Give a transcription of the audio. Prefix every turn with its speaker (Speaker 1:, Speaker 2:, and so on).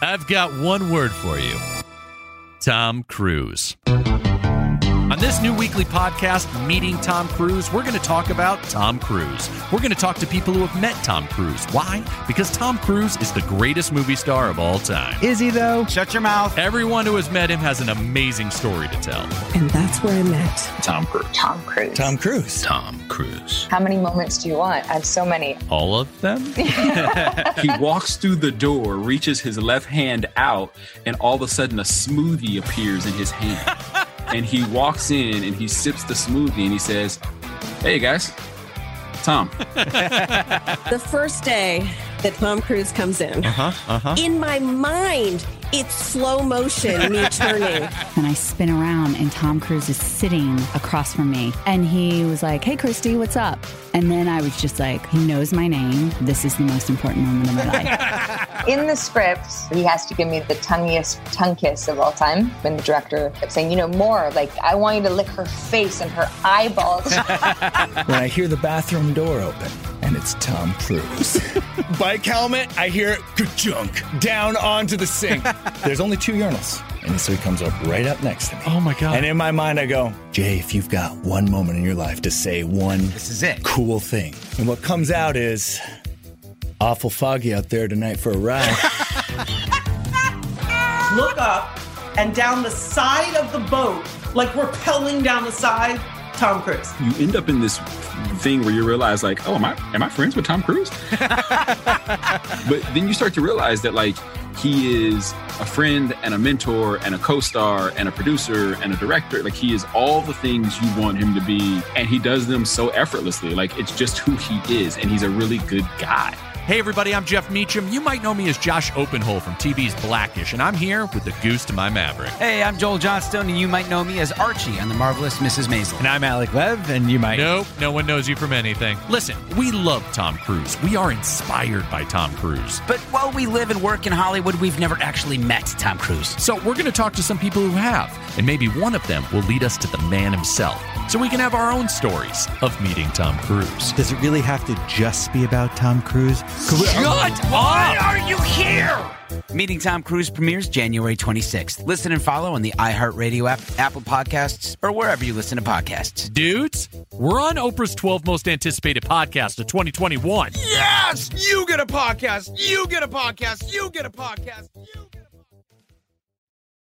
Speaker 1: I've got one word for you Tom Cruise. On this new weekly podcast, Meeting Tom Cruise, we're going to talk about Tom Cruise. We're going to talk to people who have met Tom Cruise. Why? Because Tom Cruise is the greatest movie star of all time.
Speaker 2: Is he though?
Speaker 3: Shut your mouth.
Speaker 1: Everyone who has met him has an amazing story to tell.
Speaker 4: And that's where I met
Speaker 5: Tom Cruise.
Speaker 6: Tom Cruise.
Speaker 2: Tom Cruise.
Speaker 1: Tom Cruise.
Speaker 6: How many moments do you want? I have so many.
Speaker 1: All of them?
Speaker 5: he walks through the door, reaches his left hand out, and all of a sudden a smoothie appears in his hand. and he walks in and he sips the smoothie and he says, Hey guys, Tom.
Speaker 4: the first day that Tom Cruise comes in.
Speaker 1: Uh huh. Uh huh.
Speaker 4: In my mind, it's slow motion, me turning.
Speaker 7: And I spin around, and Tom Cruise is sitting across from me. And he was like, Hey, Christy, what's up? And then I was just like, He knows my name. This is the most important moment of my life.
Speaker 6: In the script, he has to give me the tongueiest tongue kiss of all time. And the director kept saying, you know, more. Like, I want you to lick her face and her eyeballs.
Speaker 2: When I hear the bathroom door open and it's Tom Cruise. Bike helmet, I hear it ka-chunk down onto the sink. There's only two urinals. And so he comes up right up next to me.
Speaker 1: Oh my God.
Speaker 2: And in my mind, I go, Jay, if you've got one moment in your life to say one
Speaker 3: This is it.
Speaker 2: cool thing. And what comes out is awful foggy out there tonight for a ride.
Speaker 8: look up and down the side of the boat, like we're pelling down the side, Tom Cruise.
Speaker 5: You end up in this thing where you realize, like, oh, am I am I friends with Tom Cruise? but then you start to realize that like he is a friend and a mentor and a co-star and a producer and a director. Like he is all the things you want him to be, and he does them so effortlessly. Like it's just who he is, and he's a really good guy.
Speaker 1: Hey, everybody, I'm Jeff Meacham. You might know me as Josh Openhole from TV's Blackish, and I'm here with the goose to my Maverick.
Speaker 3: Hey, I'm Joel Johnstone, and you might know me as Archie on The Marvelous Mrs. Maisel.
Speaker 2: and I'm Alec Lev, and you might.
Speaker 1: Nope, no one knows you from anything. Listen, we love Tom Cruise. We are inspired by Tom Cruise.
Speaker 3: But while we live and work in Hollywood, we've never actually met Tom Cruise.
Speaker 1: So we're going to talk to some people who have, and maybe one of them will lead us to the man himself, so we can have our own stories of meeting Tom Cruise.
Speaker 9: Does it really have to just be about Tom Cruise? Could we-
Speaker 3: Why are you here? Meeting Tom Cruise premieres January 26th. Listen and follow on the iHeartRadio app, Apple Podcasts, or wherever you listen to podcasts.
Speaker 1: Dudes, we're on Oprah's 12 Most Anticipated Podcast of 2021.
Speaker 10: Yes! You get a podcast! You get a podcast! You get a podcast! You